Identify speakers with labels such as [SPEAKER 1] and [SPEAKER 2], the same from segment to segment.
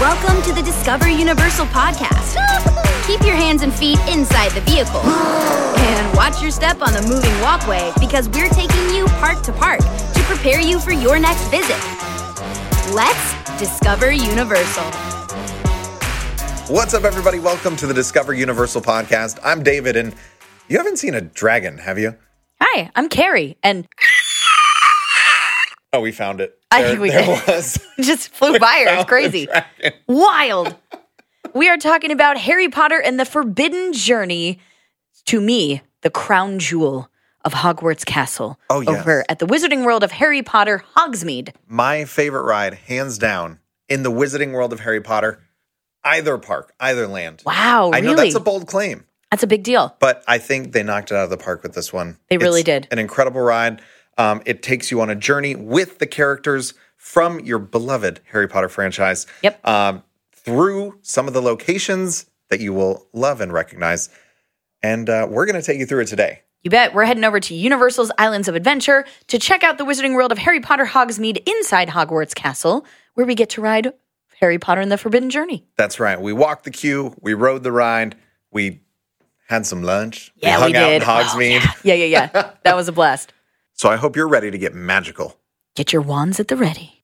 [SPEAKER 1] Welcome to the Discover Universal podcast. Keep your hands and feet inside the vehicle. And watch your step on the moving walkway because we're taking you park to park to prepare you for your next visit. Let's discover Universal.
[SPEAKER 2] What's up, everybody? Welcome to the Discover Universal podcast. I'm David, and you haven't seen a dragon, have you?
[SPEAKER 3] Hi, I'm Carrie, and
[SPEAKER 2] Oh, we found it.
[SPEAKER 3] I
[SPEAKER 2] There-
[SPEAKER 3] think we
[SPEAKER 2] there
[SPEAKER 3] did.
[SPEAKER 2] was.
[SPEAKER 3] it just flew by her.
[SPEAKER 2] found
[SPEAKER 3] It's
[SPEAKER 2] the
[SPEAKER 3] crazy,
[SPEAKER 2] dragon.
[SPEAKER 3] wild. We are talking about Harry Potter and the Forbidden Journey. To me, the crown jewel of Hogwarts Castle.
[SPEAKER 2] Oh, yes.
[SPEAKER 3] over at the Wizarding World of Harry Potter, Hogsmeade.
[SPEAKER 2] My favorite ride, hands down, in the Wizarding World of Harry Potter, either park, either land.
[SPEAKER 3] Wow,
[SPEAKER 2] I
[SPEAKER 3] really?
[SPEAKER 2] know that's a bold claim,
[SPEAKER 3] That's a big deal.
[SPEAKER 2] but I think they knocked it out of the park with this one.
[SPEAKER 3] They really
[SPEAKER 2] It's
[SPEAKER 3] did.
[SPEAKER 2] An incredible ride. Um, it takes you on a journey with the characters from your beloved Harry Potter franchise.
[SPEAKER 3] Yep.
[SPEAKER 2] Um, through some of the locations that you will love and recognize. And uh, we're going to take you through it today.
[SPEAKER 3] You bet. We're heading over to Universal's Islands of Adventure to check out the Wizarding World of Harry Potter, Hogsmeade inside Hogwarts Castle, where we get to ride Harry Potter and the Forbidden Journey.
[SPEAKER 2] That's right. We walked the queue. We rode the ride. We had some lunch.
[SPEAKER 3] Yeah,
[SPEAKER 2] hung
[SPEAKER 3] we
[SPEAKER 2] out
[SPEAKER 3] did.
[SPEAKER 2] in
[SPEAKER 3] Oh,
[SPEAKER 2] Hogsmeade.
[SPEAKER 3] Yeah, yeah, yeah. that was a blast.
[SPEAKER 2] So I hope you're ready to get magical.
[SPEAKER 3] Get your wands at the ready.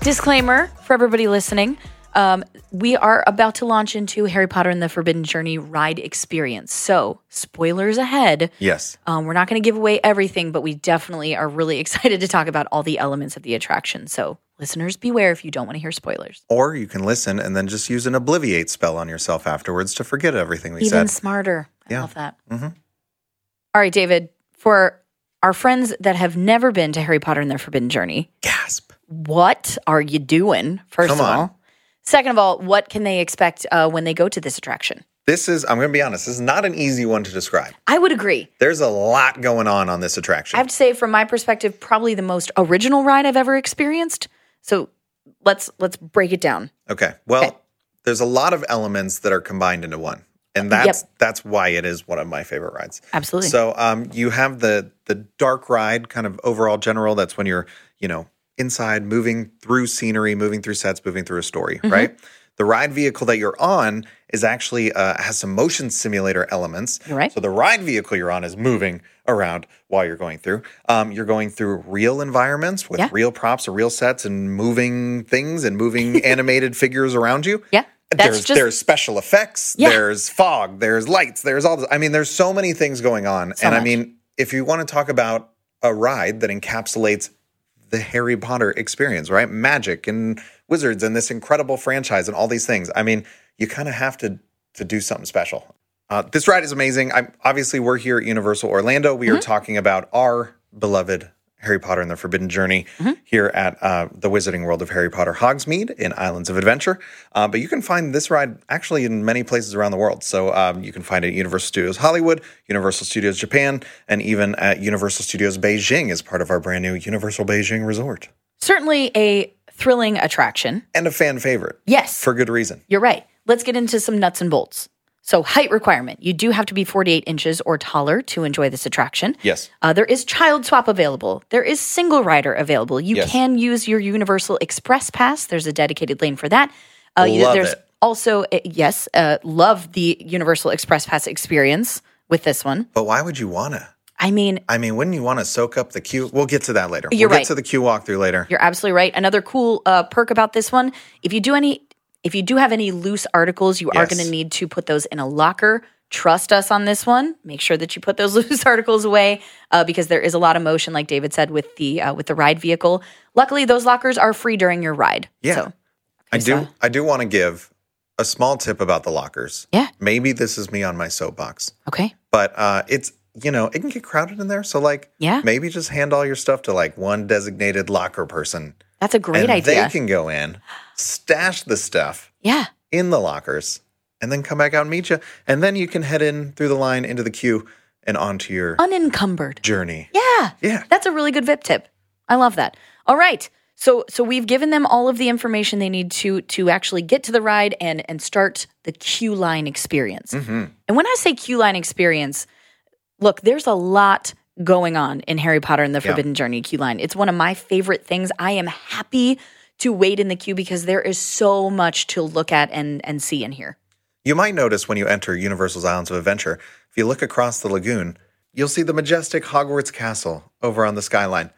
[SPEAKER 3] Disclaimer for everybody listening. Um, we are about to launch into Harry Potter and the Forbidden Journey ride experience. So, spoilers ahead.
[SPEAKER 2] Yes.
[SPEAKER 3] Um, we're not going to give away everything, but we definitely are really excited to talk about all the elements of the attraction. So, listeners, beware if you don't want to hear spoilers.
[SPEAKER 2] Or you can listen and then just use an obliviate spell on yourself afterwards to forget everything we
[SPEAKER 3] Even
[SPEAKER 2] said.
[SPEAKER 3] smarter. I
[SPEAKER 2] Yeah.
[SPEAKER 3] love that.
[SPEAKER 2] Mhm.
[SPEAKER 3] All right, David, for our friends that have never been to Harry Potter and their Forbidden Journey,
[SPEAKER 2] Gasp.
[SPEAKER 3] what are you doing, first
[SPEAKER 2] Come
[SPEAKER 3] of
[SPEAKER 2] on.
[SPEAKER 3] all? Second of all, what can they expect uh, when they go to this attraction?
[SPEAKER 2] This is, I'm going to be honest, this is not an easy one to describe.
[SPEAKER 3] I would agree.
[SPEAKER 2] There's a lot going on on this attraction.
[SPEAKER 3] I have to say, from my perspective, probably the most original ride I've ever experienced. So let's let's break it down.
[SPEAKER 2] Okay. Well,
[SPEAKER 3] Okay.
[SPEAKER 2] there's a lot of elements that are combined into one. And that's that's why it is one of my favorite rides.
[SPEAKER 3] Absolutely.
[SPEAKER 2] So um, you have the the dark ride kind of overall general. That's when you're you know inside, moving through scenery, moving through sets, moving through a story,
[SPEAKER 3] Mm-hmm.
[SPEAKER 2] right? The ride vehicle that you're on is actually uh, has some motion simulator elements.
[SPEAKER 3] You're right.
[SPEAKER 2] So the ride vehicle you're on is moving around while you're going through. Um, you're going through real environments with
[SPEAKER 3] Yeah.
[SPEAKER 2] real props or real sets and moving things and moving animated figures around you
[SPEAKER 3] yeah, that's
[SPEAKER 2] there's
[SPEAKER 3] just
[SPEAKER 2] there's special effects,
[SPEAKER 3] Yeah.
[SPEAKER 2] there's fog, there's lights, there's all this. I mean, there's so many things going on.
[SPEAKER 3] So
[SPEAKER 2] and I
[SPEAKER 3] much.
[SPEAKER 2] mean, if you want to talk about a ride that encapsulates the Harry Potter experience, right? Magic and wizards and this incredible franchise and all these things. I mean, you kind of have to to do something special. Uh, this ride is amazing. I'm, obviously, we're here at Universal Orlando. We are talking about our beloved Harry Potter and the Forbidden Journey here at uh, the Wizarding World of Harry Potter Hogsmeade in Islands of Adventure. Uh, but you can find this ride actually in many places around the world. So um, you can find it at Universal Studios Hollywood, Universal Studios Japan, and even at Universal Studios Beijing as part of our brand new Universal Beijing Resort.
[SPEAKER 3] certainly a thrilling attraction.
[SPEAKER 2] And a fan favorite
[SPEAKER 3] Yes,
[SPEAKER 2] for good reason.
[SPEAKER 3] You're right. Let's get into some nuts and bolts. So, height requirement you do have to be 48 inches or taller to enjoy this attraction.
[SPEAKER 2] Yes.
[SPEAKER 3] Uh, there is child swap available. There is single rider available. You
[SPEAKER 2] Yes.
[SPEAKER 3] can use your Universal Express Pass. There's a dedicated lane for that. Uh, you-
[SPEAKER 2] Love
[SPEAKER 3] there's
[SPEAKER 2] it.
[SPEAKER 3] also, uh, yes, uh, love the Universal Express Pass experience with this one.
[SPEAKER 2] But why would you want to?
[SPEAKER 3] I mean,
[SPEAKER 2] I mean, wouldn't you want to soak up the queue? We'll get to that later.
[SPEAKER 3] You're
[SPEAKER 2] we'll
[SPEAKER 3] right.
[SPEAKER 2] get to the queue walkthrough later.
[SPEAKER 3] You're absolutely right. Another cool uh, perk about this one, if you do any, if you do have any loose articles, you are
[SPEAKER 2] Yes.
[SPEAKER 3] going to need to put those in a locker. Trust us on this one. Make sure that you put those loose articles away uh, because there is a lot of motion, like David said, with the uh, with the ride vehicle. Luckily, those lockers are free during your ride.
[SPEAKER 2] Yeah.
[SPEAKER 3] So,
[SPEAKER 2] I
[SPEAKER 3] Chris,
[SPEAKER 2] do
[SPEAKER 3] uh,
[SPEAKER 2] I do want to give a small tip about the lockers.
[SPEAKER 3] Yeah.
[SPEAKER 2] Maybe this is me on my soapbox.
[SPEAKER 3] okay.
[SPEAKER 2] But uh it's you know, it can get crowded in there. So like
[SPEAKER 3] Yeah.
[SPEAKER 2] maybe just hand all your stuff to like one designated locker person.
[SPEAKER 3] That's a great
[SPEAKER 2] and
[SPEAKER 3] idea.
[SPEAKER 2] They can go in, stash the stuff
[SPEAKER 3] yeah.
[SPEAKER 2] in the lockers, and then come back out and meet you. And then you can head in through the line into the queue and onto your
[SPEAKER 3] Unencumbered.
[SPEAKER 2] journey.
[SPEAKER 3] Oh, Yeah.
[SPEAKER 2] Yeah.
[SPEAKER 3] That's a really good VIP tip. I love that. All right. So so we've given them all of the information they need to to actually get to the ride and and start the queue
[SPEAKER 2] Mm-hmm.
[SPEAKER 3] line experience. And when I say queue line experience, look, there's a lot going on in Harry Potter and the
[SPEAKER 2] Yeah.
[SPEAKER 3] Forbidden Journey queue line. It's one of my favorite things. I am happy to wait in the queue because there is so much to look at and and see and hear.
[SPEAKER 2] You might notice when you enter Universal's Islands of Adventure, if you look across the lagoon, you'll see the majestic Hogwarts Castle over on the skyline.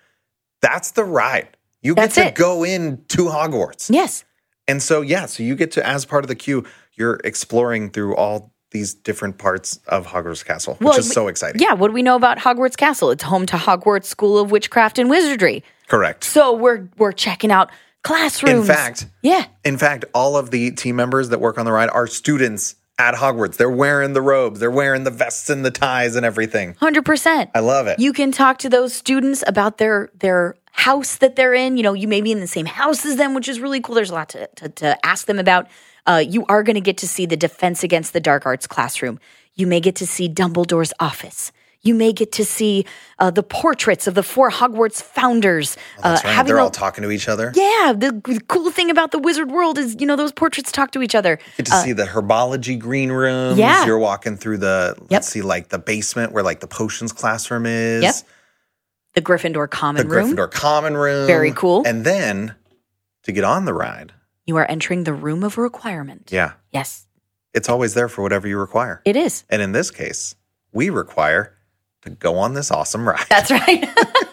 [SPEAKER 2] That's the ride. You
[SPEAKER 3] That's
[SPEAKER 2] get to
[SPEAKER 3] it.
[SPEAKER 2] go in to Hogwarts.
[SPEAKER 3] Yes.
[SPEAKER 2] And so, yeah, so you get to, as part of the queue, you're exploring through all these different parts of Hogwarts Castle, which
[SPEAKER 3] Well,
[SPEAKER 2] is
[SPEAKER 3] we-
[SPEAKER 2] so exciting.
[SPEAKER 3] Yeah, what do we know about Hogwarts Castle? It's home to Hogwarts School of Witchcraft and Wizardry.
[SPEAKER 2] Correct.
[SPEAKER 3] So we're we're checking out classrooms.
[SPEAKER 2] In fact,
[SPEAKER 3] yeah.
[SPEAKER 2] in fact, all of the team members that work on the ride are students at Hogwarts. They're wearing the robes, they're wearing the vests and the ties and everything.
[SPEAKER 3] 100%.
[SPEAKER 2] I love it.
[SPEAKER 3] You can talk to those students about their their house that they're in. You know, you may be in the same house as them, which is really cool. There's a lot to to, to ask them about. Uh, you are going to get to see the Defense Against the Dark Arts classroom. You may get to see Dumbledore's office. You may get to see uh, the portraits of the four Hogwarts founders.
[SPEAKER 2] Oh, That's
[SPEAKER 3] uh,
[SPEAKER 2] right.
[SPEAKER 3] having
[SPEAKER 2] They're
[SPEAKER 3] a-
[SPEAKER 2] all talking to each other.
[SPEAKER 3] yeah, the, the cool thing about the wizard world is, you know, those portraits talk to each other.
[SPEAKER 2] get to see the herbology green rooms.
[SPEAKER 3] Uh, Yeah.
[SPEAKER 2] You're walking through the let's
[SPEAKER 3] Yep.
[SPEAKER 2] see like the basement where like the potions classroom is.
[SPEAKER 3] Yep. The Gryffindor
[SPEAKER 2] The
[SPEAKER 3] common room.
[SPEAKER 2] Gryffindor common room.
[SPEAKER 3] Very cool.
[SPEAKER 2] And then to get on the ride.
[SPEAKER 3] You are entering the room of requirement.
[SPEAKER 2] Yeah.
[SPEAKER 3] Yes,
[SPEAKER 2] It's always there for whatever you require.
[SPEAKER 3] it is.
[SPEAKER 2] And in this case, we require to go on this awesome ride.
[SPEAKER 3] That's right.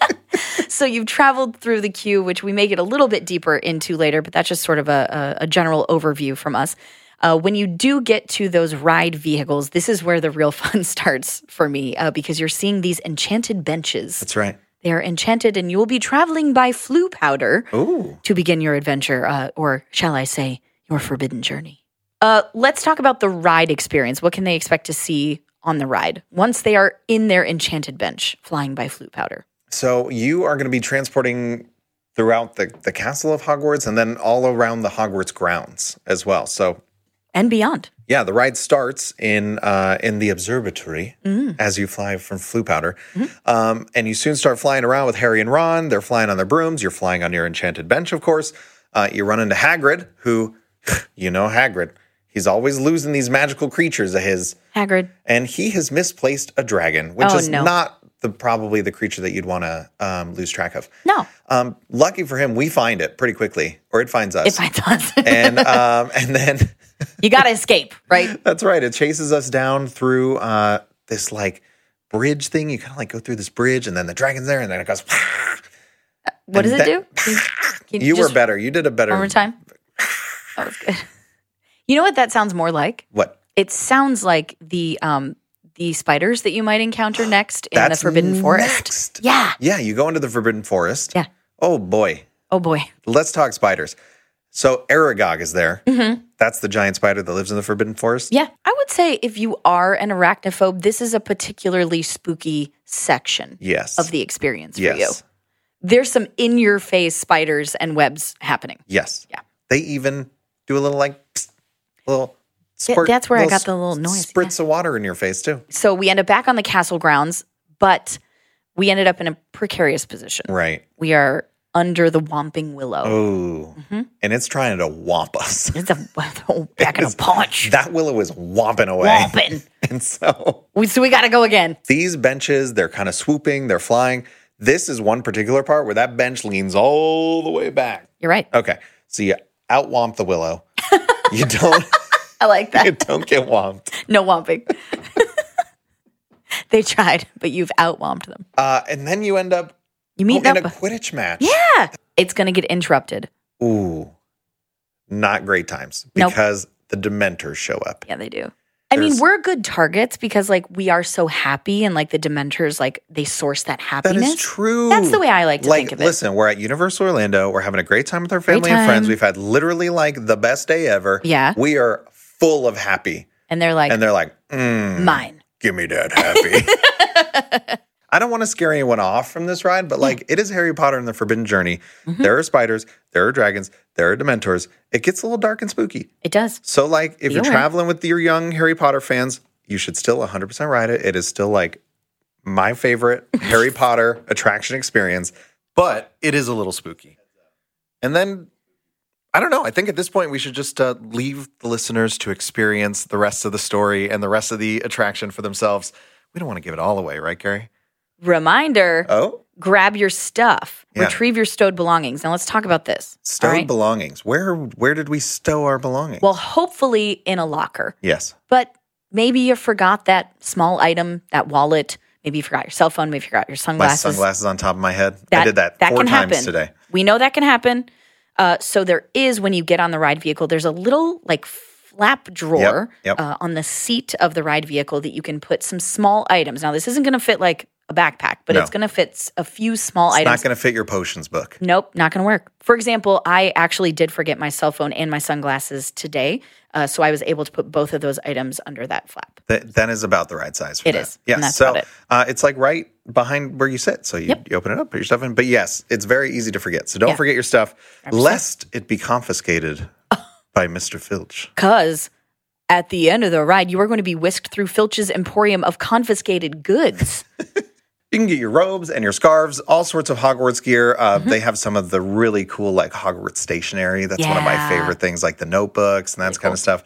[SPEAKER 3] so you've traveled through the queue, which we may get a little bit deeper into later, but that's just sort of a, a, a general overview from us. Uh, when you do get to those ride vehicles, this is where the real fun starts for me uh, because you're seeing these enchanted benches.
[SPEAKER 2] That's right.
[SPEAKER 3] They are enchanted, and you will be traveling by flu powder.
[SPEAKER 2] Ooh.
[SPEAKER 3] to begin your adventure, uh, or shall I say, your forbidden journey. Uh, let's talk about the ride experience. What can they expect to see on the ride once they are in their enchanted bench, flying by flute powder?
[SPEAKER 2] So you are going to be transporting throughout the, the castle of Hogwarts and then all around the Hogwarts grounds as well. So
[SPEAKER 3] and beyond.
[SPEAKER 2] Yeah, the ride starts in uh, in the observatory
[SPEAKER 3] Mm.
[SPEAKER 2] as you fly from Flu Powder,
[SPEAKER 3] Mm-hmm.
[SPEAKER 2] um, and you soon start flying around with Harry and Ron. They're flying on their brooms. You're flying on your enchanted bench, of course. Uh, you run into Hagrid, who you know Hagrid. He's always losing these magical creatures of his,
[SPEAKER 3] Hagrid.
[SPEAKER 2] and he has misplaced a dragon, which
[SPEAKER 3] Oh,
[SPEAKER 2] is
[SPEAKER 3] no.
[SPEAKER 2] not the probably the creature that you'd want to um, lose track of.
[SPEAKER 3] No,
[SPEAKER 2] Um, lucky for him, we find it pretty quickly, or it finds us.
[SPEAKER 3] if I thought
[SPEAKER 2] and um, and then.
[SPEAKER 3] you got to escape, right?
[SPEAKER 2] That's right. It chases us down through uh, this like bridge thing. You kind of like go through this bridge, and then the dragon's there, and then it goes.
[SPEAKER 3] What does
[SPEAKER 2] And
[SPEAKER 3] it do? Can can
[SPEAKER 2] You were
[SPEAKER 3] just
[SPEAKER 2] better. You did a better.
[SPEAKER 3] One more time. That was good. You know what that sounds more like?
[SPEAKER 2] What?
[SPEAKER 3] It sounds like the um the spiders that you might encounter next in the Forbidden Forest.
[SPEAKER 2] next.
[SPEAKER 3] Yeah.
[SPEAKER 2] Yeah, you go into the Forbidden Forest.
[SPEAKER 3] Yeah.
[SPEAKER 2] Oh boy,
[SPEAKER 3] Oh boy.
[SPEAKER 2] let's talk spiders. So Aragog is there.
[SPEAKER 3] Mm-hmm.
[SPEAKER 2] That's the giant spider that lives in the Forbidden Forest.
[SPEAKER 3] Yeah, I would say if you are an arachnophobe, this is a particularly spooky section
[SPEAKER 2] Yes.
[SPEAKER 3] of the experience
[SPEAKER 2] yes.
[SPEAKER 3] for you. There's some in your face spiders and webs happening.
[SPEAKER 2] Yes.
[SPEAKER 3] Yeah.
[SPEAKER 2] They even do a little like psst, little
[SPEAKER 3] Th-
[SPEAKER 2] squirt.
[SPEAKER 3] that's where I got the little noise,
[SPEAKER 2] Spritz of water in your face too.
[SPEAKER 3] So we end up back on the castle grounds, but we ended up in a precarious position.
[SPEAKER 2] Right.
[SPEAKER 3] We are under the Whomping Willow.
[SPEAKER 2] Oh,
[SPEAKER 3] Mm-hmm.
[SPEAKER 2] and it's trying to womp us.
[SPEAKER 3] It's a oh, back in a punch.
[SPEAKER 2] That willow is womping away.
[SPEAKER 3] Whomping.
[SPEAKER 2] And so
[SPEAKER 3] We- So we got to go again.
[SPEAKER 2] these benches, they're kind of swooping, they're flying. This is one particular part where that bench leans all the way back.
[SPEAKER 3] You're right.
[SPEAKER 2] Okay, so you outwomp the willow. you don't.
[SPEAKER 3] I like
[SPEAKER 2] You
[SPEAKER 3] that.
[SPEAKER 2] don't get womped.
[SPEAKER 3] No Whomping. they tried, but you've outwomped them.
[SPEAKER 2] Uh, and then you end up
[SPEAKER 3] You
[SPEAKER 2] oh,
[SPEAKER 3] meet
[SPEAKER 2] in
[SPEAKER 3] up.
[SPEAKER 2] a Quidditch match. Yeah.
[SPEAKER 3] Yeah. It's going to get interrupted.
[SPEAKER 2] Ooh, not great times
[SPEAKER 3] Nope.
[SPEAKER 2] because the Dementors show up.
[SPEAKER 3] Yeah, they do. I mean,
[SPEAKER 2] There's-
[SPEAKER 3] we're good targets because like we are so happy and like the dementors like they source that
[SPEAKER 2] That
[SPEAKER 3] happiness.
[SPEAKER 2] is true.
[SPEAKER 3] That's the way I like to think of it.
[SPEAKER 2] Listen, we're at Universal Orlando. We're having a great time with our
[SPEAKER 3] Great
[SPEAKER 2] family and friends.
[SPEAKER 3] time.
[SPEAKER 2] We've had literally like the best day ever.
[SPEAKER 3] Yeah.
[SPEAKER 2] We are full of happy.
[SPEAKER 3] And they're like,
[SPEAKER 2] And they're like, mm,
[SPEAKER 3] mine.
[SPEAKER 2] give me that happy. I don't want to scare anyone off from this ride, but like it is Harry Potter and the Forbidden Journey.
[SPEAKER 3] Mm-hmm.
[SPEAKER 2] There are spiders, there are dragons, there are dementors. It gets a little dark and spooky.
[SPEAKER 3] It does.
[SPEAKER 2] So, like, if you're
[SPEAKER 3] aware.
[SPEAKER 2] traveling with your young Harry Potter fans, you should still 100% ride it. It is still like my favorite Harry Potter attraction experience, but it is a little spooky. And then, I don't know. I think at this point, we should just uh, leave the listeners to experience the rest of the story and the rest of the attraction for themselves. We don't want to give it all away, right, Gary?
[SPEAKER 3] Reminder
[SPEAKER 2] Oh,
[SPEAKER 3] grab your stuff,
[SPEAKER 2] Yeah.
[SPEAKER 3] retrieve your stowed belongings. Now let's talk about this.
[SPEAKER 2] stowed
[SPEAKER 3] all right?
[SPEAKER 2] belongings. Where where did we stow our belongings?
[SPEAKER 3] Well, hopefully in a locker,
[SPEAKER 2] yes.
[SPEAKER 3] but maybe you forgot that small item, that wallet. Maybe you forgot your cell phone. Maybe you forgot your
[SPEAKER 2] My
[SPEAKER 3] sunglasses.
[SPEAKER 2] sunglasses on top of my head. I
[SPEAKER 3] That-
[SPEAKER 2] did that,
[SPEAKER 3] that
[SPEAKER 2] four
[SPEAKER 3] can
[SPEAKER 2] times
[SPEAKER 3] happen.
[SPEAKER 2] today.
[SPEAKER 3] We know that can happen. Uh, so there is when you get on the ride vehicle, there's a little like flap drawer
[SPEAKER 2] yep.
[SPEAKER 3] Uh, on the seat of the ride vehicle that you can put some small items. Now this isn't going to fit like a backpack, but
[SPEAKER 2] No.
[SPEAKER 3] it's going to fit s- a few small
[SPEAKER 2] It's
[SPEAKER 3] items.
[SPEAKER 2] not going to fit your potions book.
[SPEAKER 3] Nope, not going to work. For example, I actually did forget my cell phone and my sunglasses today, uh, so I was able to put both of those items under that flap.
[SPEAKER 2] That, that is about the right size for
[SPEAKER 3] It
[SPEAKER 2] that.
[SPEAKER 3] is,
[SPEAKER 2] Yes.
[SPEAKER 3] and that's
[SPEAKER 2] so
[SPEAKER 3] about it.
[SPEAKER 2] Uh, it's like right behind where you sit. So you,
[SPEAKER 3] Yep.
[SPEAKER 2] you open it up, put your stuff in. But yes, it's very easy to forget. So don't
[SPEAKER 3] Yeah.
[SPEAKER 2] forget your stuff, lest it be confiscated by Mr. Filch.
[SPEAKER 3] Because at the end of the ride, you are going to be whisked through Filch's Emporium of Confiscated Goods.
[SPEAKER 2] You can get your robes and your scarves, all sorts of Hogwarts gear. Uh,
[SPEAKER 3] Mm-hmm.
[SPEAKER 2] They have some of the really cool, like Hogwarts stationery. That's one of my
[SPEAKER 3] Yeah.
[SPEAKER 2] favorite things, like the notebooks and that kind of stuff.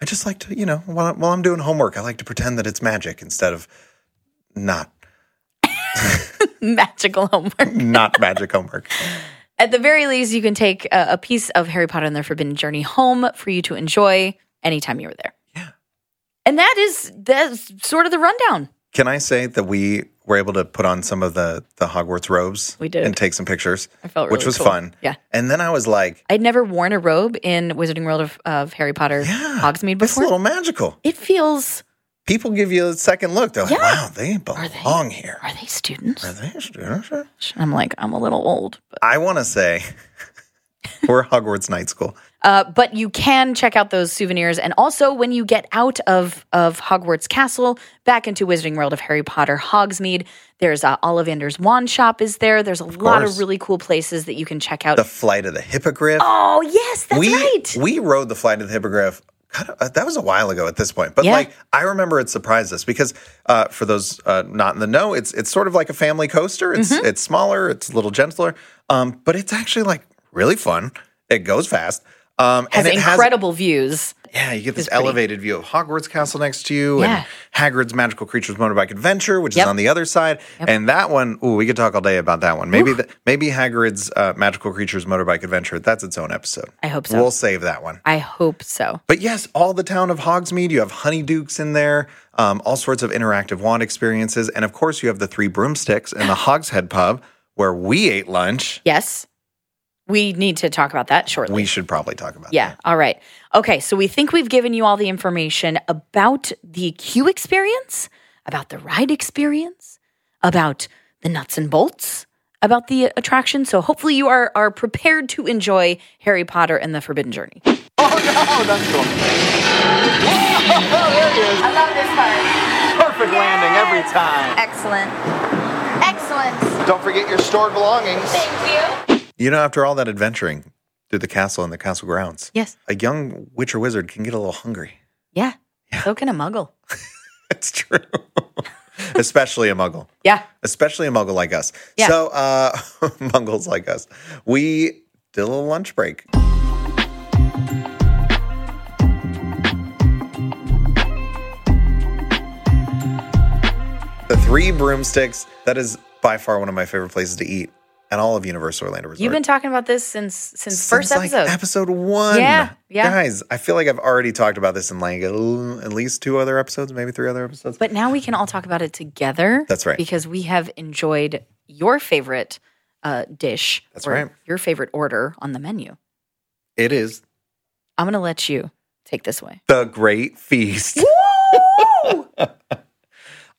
[SPEAKER 2] I just like to, you know, while, while I'm doing homework, I like to pretend that it's magic instead of not
[SPEAKER 3] Magical homework.
[SPEAKER 2] not magic homework.
[SPEAKER 3] At the very least, you can take a, a piece of Harry Potter and the Forbidden Journey home for you to enjoy anytime you were there.
[SPEAKER 2] Yeah.
[SPEAKER 3] And that is that's sort of the rundown.
[SPEAKER 2] Can I say that we were able to put on some of the the Hogwarts robes?
[SPEAKER 3] We did.
[SPEAKER 2] and take some pictures,
[SPEAKER 3] I felt
[SPEAKER 2] which
[SPEAKER 3] really
[SPEAKER 2] was
[SPEAKER 3] cool.
[SPEAKER 2] fun.
[SPEAKER 3] Yeah.
[SPEAKER 2] And then I was like,
[SPEAKER 3] I'd never worn a robe in Wizarding World of, of Harry Potter
[SPEAKER 2] Yeah,
[SPEAKER 3] Hogsmeade
[SPEAKER 2] "It's a
[SPEAKER 3] before.
[SPEAKER 2] little magical."
[SPEAKER 3] it feels
[SPEAKER 2] People give you a second look. They're like,
[SPEAKER 3] Yeah.
[SPEAKER 2] "Wow, they
[SPEAKER 3] they-
[SPEAKER 2] belong here."
[SPEAKER 3] are they students?
[SPEAKER 2] Are they students?
[SPEAKER 3] I'm like, I'm a little old. But,
[SPEAKER 2] I want to say we're Hogwarts Night School.
[SPEAKER 3] uh, but you can check out those souvenirs. And also when you get out of, of Hogwarts Castle, back into Wizarding World of Harry Potter Hogsmeade, there's uh, Ollivander's Wand Shop is there. There's a lot
[SPEAKER 2] course.
[SPEAKER 3] of really cool places that you can check out.
[SPEAKER 2] The Flight of the Hippogriff.
[SPEAKER 3] Oh yes, that's
[SPEAKER 2] we
[SPEAKER 3] right.
[SPEAKER 2] we rode the Flight of the Hippogriff. kind of- uh, That was a while ago at this point, but
[SPEAKER 3] Yeah.
[SPEAKER 2] like I remember, it surprised us because uh, for those uh, not in the know, it's it's sort of like a family coaster. It's
[SPEAKER 3] Mm-hmm.
[SPEAKER 2] it's smaller, it's a little gentler, um, but it's actually like really fun. It goes fast, um,
[SPEAKER 3] has
[SPEAKER 2] and it has
[SPEAKER 3] incredible views.
[SPEAKER 2] Yeah, you get this
[SPEAKER 3] It's pretty.
[SPEAKER 2] elevated view of Hogwarts Castle next to you
[SPEAKER 3] Yeah.
[SPEAKER 2] and Hagrid's Magical Creatures Motorbike Adventure, which
[SPEAKER 3] Yep.
[SPEAKER 2] is on the other side. And that one, ooh, we could talk all day about that one. Maybe the, maybe Hagrid's uh, Magical Creatures Motorbike Adventure, that's its own episode.
[SPEAKER 3] I hope so.
[SPEAKER 2] We'll save that one.
[SPEAKER 3] I hope so.
[SPEAKER 2] But yes, all the town of Hogsmeade, you have honeydukes in there, um, all sorts of interactive wand experiences. And of course, you have the three broomsticks and the Hogshead Pub where we ate lunch.
[SPEAKER 3] Yes, we need to talk about that shortly.
[SPEAKER 2] We should probably talk about
[SPEAKER 3] yeah. All right. Okay. So we think we've given you all the information about the queue experience, about the ride experience, about the nuts and bolts, about the attraction. So hopefully you are are prepared to enjoy Harry Potter and the Forbidden Journey.
[SPEAKER 4] I love this part.
[SPEAKER 5] Perfect landing every time.
[SPEAKER 4] Excellent. Excellent.
[SPEAKER 5] Don't forget your stored belongings.
[SPEAKER 4] Thank you.
[SPEAKER 2] You know, after all that adventuring through the castle and the castle grounds,
[SPEAKER 3] Yes.
[SPEAKER 2] a young witch or wizard can get a little hungry.
[SPEAKER 3] Yeah. So can a muggle.
[SPEAKER 2] It's true. Especially a muggle.
[SPEAKER 3] Yeah.
[SPEAKER 2] Especially a muggle like us.
[SPEAKER 3] Yeah.
[SPEAKER 2] So, uh, muggles like us. We did a little lunch break. The Three Broomsticks. That is by far one of my favorite places to eat at all of Universal Orlando Resort.
[SPEAKER 3] You've been talking about this since since, first
[SPEAKER 2] Since, like,
[SPEAKER 3] episode.
[SPEAKER 2] episode one.
[SPEAKER 3] Yeah, yeah.
[SPEAKER 2] Guys, I feel like I've already talked about this in like l- at least two other episodes, maybe three other episodes.
[SPEAKER 3] But now we can all talk about it together.
[SPEAKER 2] That's right.
[SPEAKER 3] Because we have enjoyed your favorite uh, dish.
[SPEAKER 2] That's
[SPEAKER 3] or
[SPEAKER 2] right.
[SPEAKER 3] Your favorite order on the menu.
[SPEAKER 2] It is
[SPEAKER 3] I'm going to let you take this way.
[SPEAKER 2] the Great Feast.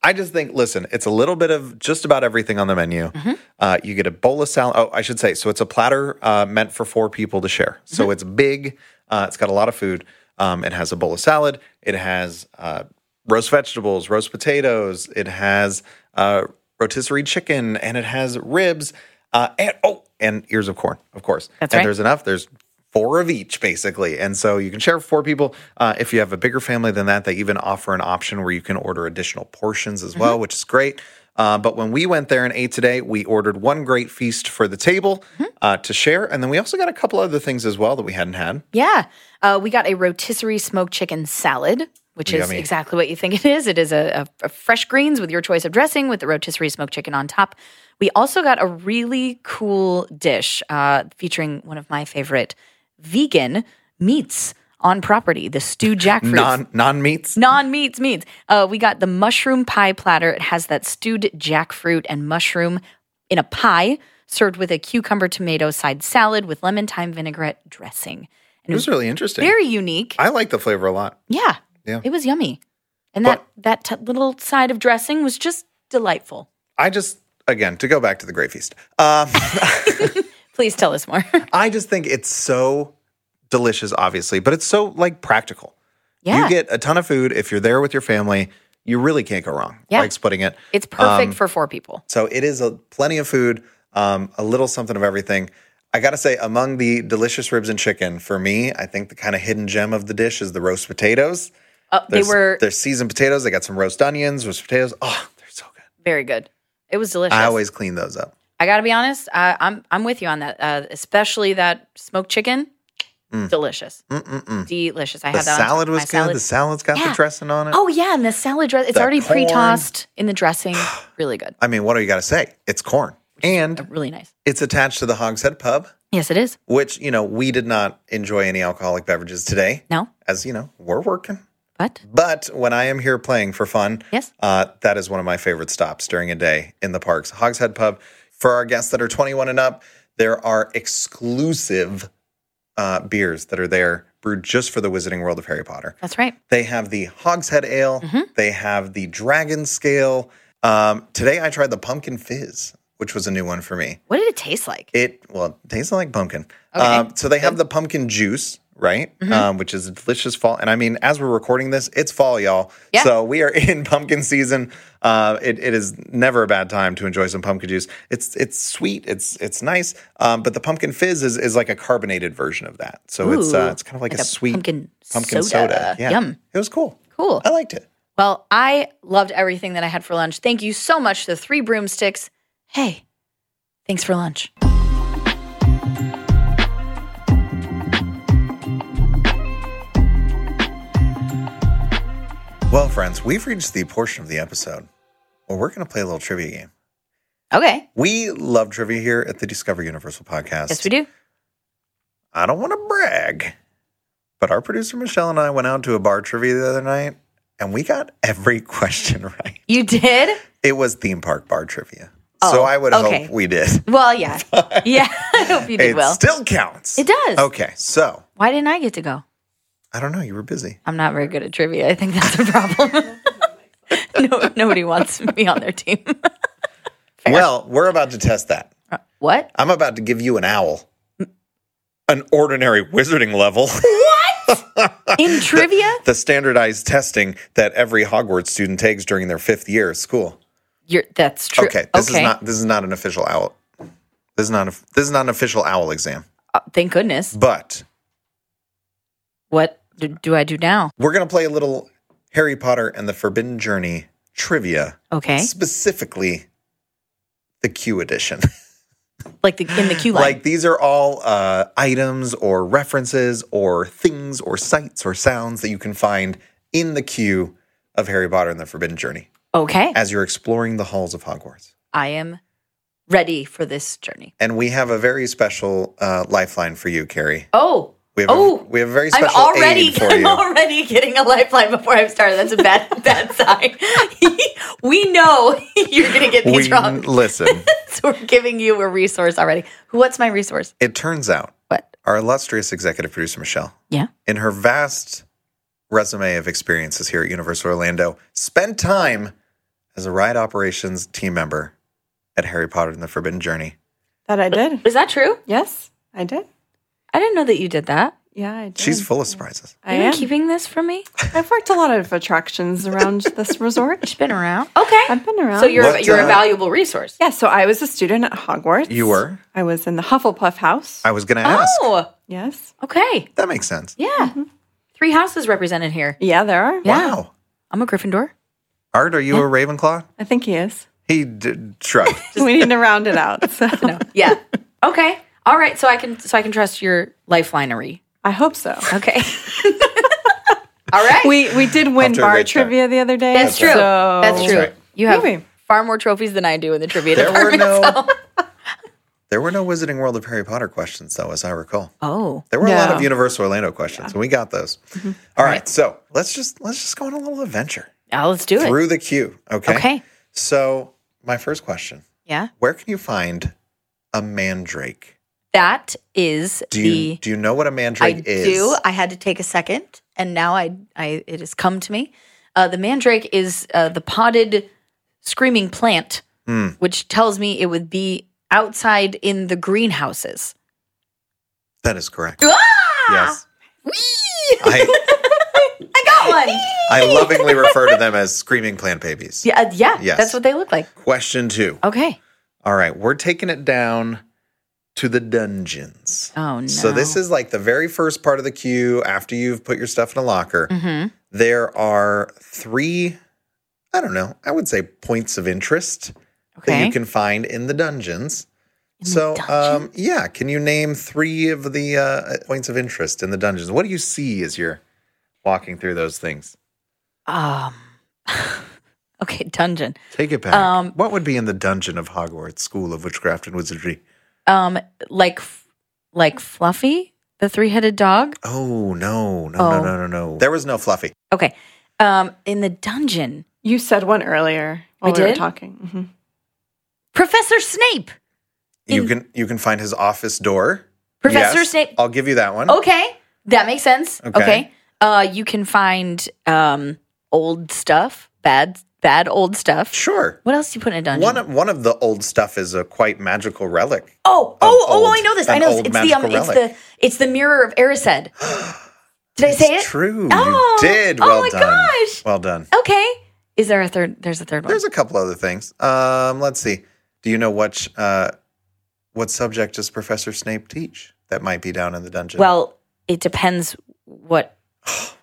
[SPEAKER 2] I just think, listen, it's a little bit of just about everything on the menu.
[SPEAKER 3] Mm-hmm.
[SPEAKER 2] Uh, you get a bowl of salad. Oh, I should say, so it's a platter uh, meant for four people to share.
[SPEAKER 3] Mm-hmm.
[SPEAKER 2] So it's big. Uh, it's got a lot of food. Um, it has a bowl of salad. It has uh, roast vegetables, roast potatoes. It has uh, rotisserie chicken, and it has ribs. Uh, and oh, and ears of corn, of course.
[SPEAKER 3] That's
[SPEAKER 2] and
[SPEAKER 3] right.
[SPEAKER 2] there's enough. There's four of each, basically. And so you can share for four people. Uh, if you have a bigger family than that, they even offer an option where you can order additional portions as well, which is great. Uh, but when we went there and ate today, we ordered one great feast for the table uh, to share. And then we also got a couple other things as well that we hadn't had.
[SPEAKER 3] Yeah. Uh, we got a rotisserie smoked chicken salad, which is
[SPEAKER 2] Yummy.
[SPEAKER 3] exactly what you think it is. It is a, a- a fresh greens with your choice of dressing with the rotisserie smoked chicken on top. We also got a really cool dish uh, featuring one of my favorite vegan meats on property, the stewed jackfruit.
[SPEAKER 2] Non non meats.
[SPEAKER 3] Non meats, meats. Uh, we got the mushroom pie platter. It has that stewed jackfruit and mushroom in a pie, served with a cucumber tomato side salad with lemon thyme vinaigrette dressing. And
[SPEAKER 2] It was really interesting.
[SPEAKER 3] very unique.
[SPEAKER 2] I like the flavor a lot.
[SPEAKER 3] yeah.
[SPEAKER 2] Yeah.
[SPEAKER 3] It was yummy. And
[SPEAKER 2] But-
[SPEAKER 3] that, that t- little side of dressing was just delightful.
[SPEAKER 2] I just again to go back to the Great Feast. Um,
[SPEAKER 3] Please tell us more.
[SPEAKER 2] I just think it's so delicious, obviously, but it's so like practical.
[SPEAKER 3] yeah.
[SPEAKER 2] You get a ton of food if you're there with your family. You really can't go wrong.
[SPEAKER 3] Yeah.
[SPEAKER 2] Like splitting it.
[SPEAKER 3] it's perfect
[SPEAKER 2] um,
[SPEAKER 3] for four people.
[SPEAKER 2] So it is a plenty of food, um, a little something of everything. I gotta say, among the delicious ribs and chicken, for me, I think the kind of hidden gem of the dish is the roast potatoes.
[SPEAKER 3] Uh, they
[SPEAKER 2] There's-
[SPEAKER 3] were
[SPEAKER 2] there's seasoned potatoes. They got some roast onions, roast potatoes. Oh, they're so good.
[SPEAKER 3] very good. It was delicious.
[SPEAKER 2] I always clean those up.
[SPEAKER 3] I gotta be honest. I, I'm I'm with you on that, uh, especially that smoked chicken. Delicious, delicious. I
[SPEAKER 2] Mm. The
[SPEAKER 3] had that on top
[SPEAKER 2] salad
[SPEAKER 3] of
[SPEAKER 2] was
[SPEAKER 3] my
[SPEAKER 2] good. The salad's got
[SPEAKER 3] Yeah.
[SPEAKER 2] the dressing on it.
[SPEAKER 3] Oh yeah, and the salad dress. It's
[SPEAKER 2] The
[SPEAKER 3] already
[SPEAKER 2] corn.
[SPEAKER 3] pre-tossed in the dressing. Really good.
[SPEAKER 2] I mean, what do you gotta say? It's corn, and
[SPEAKER 3] Really nice.
[SPEAKER 2] it's attached to the Hogshead Pub,
[SPEAKER 3] Yes, it is.
[SPEAKER 2] which you know we did not enjoy any alcoholic beverages today,
[SPEAKER 3] No,
[SPEAKER 2] as you know we're working.
[SPEAKER 3] but
[SPEAKER 2] But when I am here playing for fun,
[SPEAKER 3] Yes.
[SPEAKER 2] uh, that is one of my favorite stops during a day in the parks. Hogshead Pub. For our guests that are 21 and up, there are exclusive uh, beers that are there brewed just for the Wizarding World of Harry Potter.
[SPEAKER 3] that's right.
[SPEAKER 2] They have the Hogshead Ale. They have the Dragon Scale. Um, today I tried the Pumpkin Fizz, which was a new one for me.
[SPEAKER 3] What did it taste like?
[SPEAKER 2] It well it tasted like pumpkin.
[SPEAKER 3] Okay. Mm-hmm.
[SPEAKER 2] Um, so they have the pumpkin juice, right? Um, which is a delicious fall. And I mean, as we're recording this, it's fall, y'all.
[SPEAKER 3] Yeah.
[SPEAKER 2] So we are in pumpkin season. Uh, it, it is never a bad time to enjoy some pumpkin juice. It's it's sweet. It's it's nice. Um, but the pumpkin fizz is is like a carbonated version of that. So it's
[SPEAKER 3] Ooh,
[SPEAKER 2] uh, it's kind of like,
[SPEAKER 3] like
[SPEAKER 2] a,
[SPEAKER 3] a
[SPEAKER 2] sweet
[SPEAKER 3] pumpkin
[SPEAKER 2] pumpkin
[SPEAKER 3] soda.
[SPEAKER 2] soda. Yeah.
[SPEAKER 3] Yum.
[SPEAKER 2] It was cool.
[SPEAKER 3] Cool.
[SPEAKER 2] I liked it.
[SPEAKER 3] Well, I loved everything that I had for lunch. Thank you so much, the three broomsticks. Hey, thanks for lunch.
[SPEAKER 2] Well, friends, we've reached the portion of the episode where we're going to play a little trivia game.
[SPEAKER 3] Okay.
[SPEAKER 2] We love trivia here at the Discover Universal podcast.
[SPEAKER 3] Yes, we do.
[SPEAKER 2] I don't want to brag, but our producer Michelle and I went out to a bar trivia the other night and we got every question right.
[SPEAKER 3] You did.
[SPEAKER 2] It was theme park bar trivia.
[SPEAKER 3] Oh,
[SPEAKER 2] so I would
[SPEAKER 3] okay.
[SPEAKER 2] hope we did.
[SPEAKER 3] Well, yeah. yeah. I hope you did
[SPEAKER 2] it
[SPEAKER 3] well.
[SPEAKER 2] still counts.
[SPEAKER 3] it does.
[SPEAKER 2] Okay. So
[SPEAKER 3] Why didn't I get to go?
[SPEAKER 2] I don't know. You were busy.
[SPEAKER 3] I'm not very good at trivia. I think that's a problem. no, nobody wants me on their team.
[SPEAKER 2] Well, we're about to test that.
[SPEAKER 3] what?
[SPEAKER 2] I'm about to give you an owl, an ordinary wizarding level,
[SPEAKER 3] In trivia?
[SPEAKER 2] the standardized testing that every Hogwarts student takes during their fifth year of school.
[SPEAKER 3] You're, that's true.
[SPEAKER 2] Okay, this is not this is not an official owl. This is not a, this is not an official owl exam.
[SPEAKER 3] Uh, thank goodness.
[SPEAKER 2] But
[SPEAKER 3] What do, do I do now?
[SPEAKER 2] we're gonna play a little Harry Potter and the Forbidden Journey trivia,
[SPEAKER 3] Okay.
[SPEAKER 2] specifically the Q edition.
[SPEAKER 3] Like the in the queue line.
[SPEAKER 2] like these are all uh, items or references or things or sights or sounds that you can find in the queue of Harry Potter and the Forbidden Journey
[SPEAKER 3] okay.
[SPEAKER 2] as you're exploring the halls of Hogwarts.
[SPEAKER 3] I am ready for this journey.
[SPEAKER 2] And we have a very special uh, lifeline for you, Carrie.
[SPEAKER 3] Oh.
[SPEAKER 2] We have,
[SPEAKER 3] oh.
[SPEAKER 2] a, we have a very
[SPEAKER 3] I'm
[SPEAKER 2] special
[SPEAKER 3] already,
[SPEAKER 2] aid for
[SPEAKER 3] I'm
[SPEAKER 2] you.
[SPEAKER 3] already getting a lifeline before I've started. That's a bad, bad sign. we know you're going to get these
[SPEAKER 2] we,
[SPEAKER 3] wrong.
[SPEAKER 2] Listen,
[SPEAKER 3] So we're giving you a resource already. What's my resource?
[SPEAKER 2] it turns out
[SPEAKER 3] What?
[SPEAKER 2] our illustrious executive producer, Michelle,
[SPEAKER 3] Yeah.
[SPEAKER 2] in her vast resume of experiences here at Universal Orlando, spent time as a ride operations team member at Harry Potter and the Forbidden Journey.
[SPEAKER 6] That I did.
[SPEAKER 3] Is that true?
[SPEAKER 6] Yes, I did.
[SPEAKER 3] I didn't know that you did that.
[SPEAKER 6] Yeah, I did.
[SPEAKER 2] She's full of surprises.
[SPEAKER 6] I
[SPEAKER 3] You've been
[SPEAKER 6] am.
[SPEAKER 3] keeping this from me?
[SPEAKER 6] I've worked a lot of attractions around this resort.
[SPEAKER 3] It's been around. Oh, Okay.
[SPEAKER 6] I've been around.
[SPEAKER 3] so you're
[SPEAKER 2] What,
[SPEAKER 3] you're a
[SPEAKER 2] uh,
[SPEAKER 3] valuable resource.
[SPEAKER 6] Yeah, so I was a student at Hogwarts.
[SPEAKER 2] You were?
[SPEAKER 6] I was in the Hufflepuff house.
[SPEAKER 2] I was going to ask.
[SPEAKER 3] Oh,
[SPEAKER 6] yes.
[SPEAKER 3] okay.
[SPEAKER 2] That makes sense.
[SPEAKER 3] Yeah. Three houses represented here.
[SPEAKER 6] Yeah, there are.
[SPEAKER 3] Yeah.
[SPEAKER 2] Wow.
[SPEAKER 3] I'm a Gryffindor.
[SPEAKER 2] Art, are you a Ravenclaw?
[SPEAKER 6] I think he is.
[SPEAKER 2] He d- shrugged.
[SPEAKER 6] we need to round it out. So
[SPEAKER 3] Yeah. okay. All right. So I can so I can trust your lifelinery.
[SPEAKER 6] I hope so.
[SPEAKER 3] Okay. All right.
[SPEAKER 6] We we did win
[SPEAKER 2] Off to a
[SPEAKER 6] bar
[SPEAKER 2] great start.
[SPEAKER 6] trivia the other day.
[SPEAKER 3] That's true.
[SPEAKER 6] so-
[SPEAKER 3] That's true.
[SPEAKER 2] right.
[SPEAKER 3] You have
[SPEAKER 6] Maybe.
[SPEAKER 3] far more trophies than I do in the trivia
[SPEAKER 2] There were
[SPEAKER 3] department.
[SPEAKER 2] no. There were no Wizarding World of Harry Potter questions, though, as I recall.
[SPEAKER 3] Oh.
[SPEAKER 2] There were a lot
[SPEAKER 6] No.
[SPEAKER 2] of Universal Orlando questions, and we got those.
[SPEAKER 3] Mm-hmm.
[SPEAKER 2] All right, so let's just let's just go on a little adventure
[SPEAKER 3] Now let's do it.
[SPEAKER 2] through the queue. Okay.
[SPEAKER 3] Okay.
[SPEAKER 2] So my first question:
[SPEAKER 3] Yeah.
[SPEAKER 2] Where can you find a mandrake?
[SPEAKER 3] That is
[SPEAKER 2] Do
[SPEAKER 3] the.
[SPEAKER 2] you do you know what a
[SPEAKER 3] I
[SPEAKER 2] mandrake is?
[SPEAKER 3] do. I had to take a second, and now I, I it has come to me. Uh, the mandrake is uh, the potted screaming plant,
[SPEAKER 2] Hmm.
[SPEAKER 3] which tells me it would be outside in the greenhouses.
[SPEAKER 2] That is correct.
[SPEAKER 3] Ah!
[SPEAKER 2] Yes. I,
[SPEAKER 3] I got one.
[SPEAKER 2] I lovingly refer to them as screaming plant babies.
[SPEAKER 3] yeah, uh, yeah.
[SPEAKER 2] Yes.
[SPEAKER 3] That's what they look like.
[SPEAKER 2] Question two.
[SPEAKER 3] Okay.
[SPEAKER 2] All right, we're taking it down to the dungeons.
[SPEAKER 3] Oh no.
[SPEAKER 2] So this is like the very first part of the queue after you've put your stuff in a locker.
[SPEAKER 3] Mm-hmm.
[SPEAKER 2] There are three, I don't know, I would say points of interest that
[SPEAKER 3] Okay.
[SPEAKER 2] you can find in the dungeons. so, Um, yeah, can you name three of the uh, points of interest in the dungeons? What do you see as you're walking through those things?
[SPEAKER 3] um. okay, dungeon.
[SPEAKER 2] Take it back.
[SPEAKER 3] Um,
[SPEAKER 2] what would be in the dungeon of Hogwarts School of Witchcraft and Wizardry?
[SPEAKER 3] Um, like, f- like Fluffy, the three-headed dog.
[SPEAKER 2] Oh no, no,
[SPEAKER 3] Oh.
[SPEAKER 2] no, no, no, no! There was no Fluffy.
[SPEAKER 3] Okay. Um, in the dungeon,
[SPEAKER 6] You said one earlier while
[SPEAKER 3] I
[SPEAKER 6] we were
[SPEAKER 3] did?
[SPEAKER 6] talking. Mhm.
[SPEAKER 3] Professor Snape.
[SPEAKER 2] You
[SPEAKER 3] In-
[SPEAKER 2] can you can find his office door.
[SPEAKER 3] Professor Oh.
[SPEAKER 2] Yes,
[SPEAKER 3] Snape.
[SPEAKER 2] I'll give you that one.
[SPEAKER 3] Okay, that makes sense.
[SPEAKER 2] Okay.
[SPEAKER 3] Okay. Uh, you can find um old stuff, bad bad old stuff.
[SPEAKER 2] Sure.
[SPEAKER 3] What else do you put in a dungeon?
[SPEAKER 2] One of, one of the old stuff is a quite magical relic.
[SPEAKER 3] oh, oh, oh,
[SPEAKER 2] old-
[SPEAKER 3] I know this.
[SPEAKER 2] an
[SPEAKER 3] I know
[SPEAKER 2] old
[SPEAKER 3] this. It's the um,
[SPEAKER 2] magical
[SPEAKER 3] it's the it's the mirror of Erised. Did I say it?
[SPEAKER 2] It's true.
[SPEAKER 3] Oh,
[SPEAKER 2] you did.
[SPEAKER 3] oh
[SPEAKER 2] Well
[SPEAKER 3] my
[SPEAKER 2] done.
[SPEAKER 3] gosh.
[SPEAKER 2] Well done.
[SPEAKER 3] Okay. Is there a third? There's a third one.
[SPEAKER 2] There's a couple other things. Um, let's see. Do you know what uh, what subject does Professor Snape teach? That might be down in the dungeon.
[SPEAKER 3] well, it depends what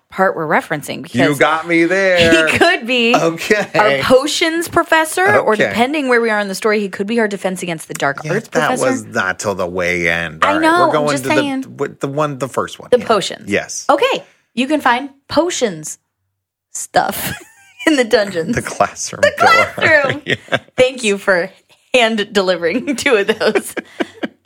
[SPEAKER 3] part we're referencing
[SPEAKER 2] you
[SPEAKER 3] because
[SPEAKER 2] got me there.
[SPEAKER 3] he could be. Our
[SPEAKER 2] okay.
[SPEAKER 3] potions professor, or
[SPEAKER 2] Eh. Okay.
[SPEAKER 3] depending where we are in the story, he could be our defense against the dark
[SPEAKER 2] Yeah,
[SPEAKER 3] earth
[SPEAKER 2] that
[SPEAKER 3] professor.
[SPEAKER 2] was not till the way end. All
[SPEAKER 3] I
[SPEAKER 2] right,
[SPEAKER 3] know,
[SPEAKER 2] We're
[SPEAKER 3] I'm
[SPEAKER 2] going
[SPEAKER 3] just
[SPEAKER 2] to
[SPEAKER 3] saying.
[SPEAKER 2] the with the one, the first one.
[SPEAKER 3] The
[SPEAKER 2] Yeah.
[SPEAKER 3] potions.
[SPEAKER 2] Yes.
[SPEAKER 3] Okay. You can find potions stuff in the dungeons.
[SPEAKER 2] The classroom. The
[SPEAKER 3] Classroom. Thank you for hand delivering two of those.